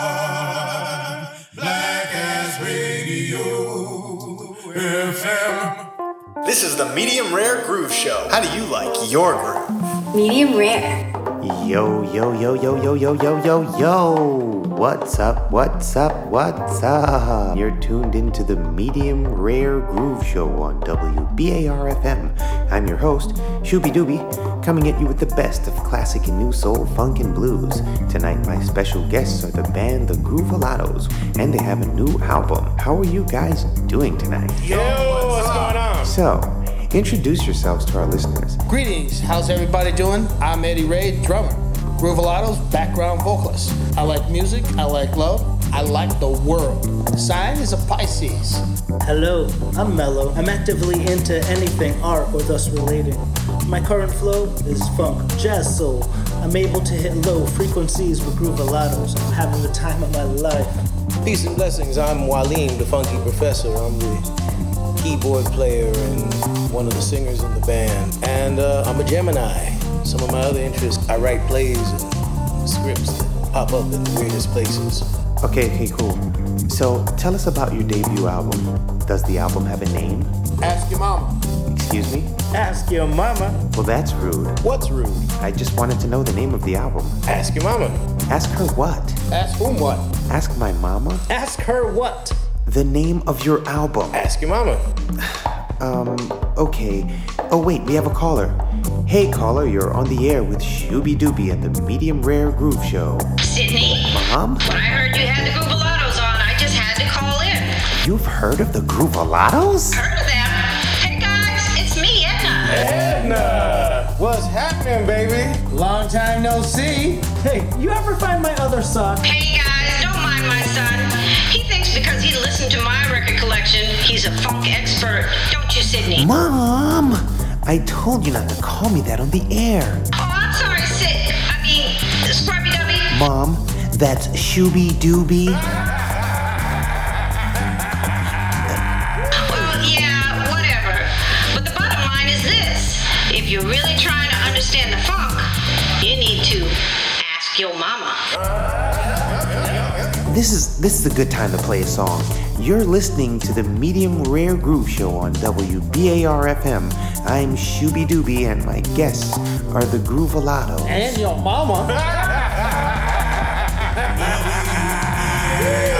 WBAR, Black Ass Radio, FM. This is the Medium Rare Groove Show. How do you like your groove? Medium rare. Yo, yo, yo, yo, yo, yo, yo, yo, yo. What's up? What's up? What's up? You're tuned into the Medium Rare Groove Show on WBARFM. I'm your host, Shooby Dooby, coming at you with the best of classic and new soul, funk, and blues. Tonight, my special guests are the band The Groovalados, and they have a new album. How are you guys doing tonight? Yo, what's going on? So, introduce yourselves to our listeners. Greetings, how's everybody doing? I'm Eddie Ray, drummer, Groovelados, background vocalist. I like music, I like love, I like the world. Sign is a Pisces. Hello, I'm Mellow. I'm actively into anything art or thus related. My current flow is funk, jazz soul. I'm able to hit low frequencies with groovelados. I'm having the time of my life. Peace and blessings. I'm Waleem, the funky professor. I'm the keyboard player and one of the singers in the band. And uh, I'm a Gemini. Some of my other interests, I write plays and scripts that pop up in the weirdest places. Okay, okay, cool. So tell us about your debut album. Does the album have a name? Ask your mama. Excuse me? Ask your mama. Well, that's rude. What's rude? I just wanted to know the name of the album. Ask your mama. Ask her what? Ask whom what? Ask my mama? Ask her what? The name of your album. Ask your mama. Um, okay. Oh, wait, we have a caller. Hey, caller, you're on the air with Shooby Dooby and the Medium Rare Groove Show. Sydney, Mom, when I heard you had the Googleados on, I just had to call in. you've heard of the Groovalados? Heard of them? Hey guys, it's me, Edna. Edna! What's happening, baby? Long time no see. Hey, you ever find my other sock? Hey guys, don't mind my son. He thinks because he listened to my record collection, he's a funk expert. Don't you, Sydney? Oh, Mom! I told you not to call me that on the air. Oh, I'm sorry, Sid. I mean, Scrappy Dubby. Mom, that's Shooby Dooby. Well, yeah, whatever. But the bottom line is this. If you're really trying to understand the funk, you need to ask your mama. This is this is a good time to play a song. You're listening to the Medium Rare Groove Show on WBAR FM. I'm Shooby Dooby, and my guests are the Groovalados. And your mama. Yeah.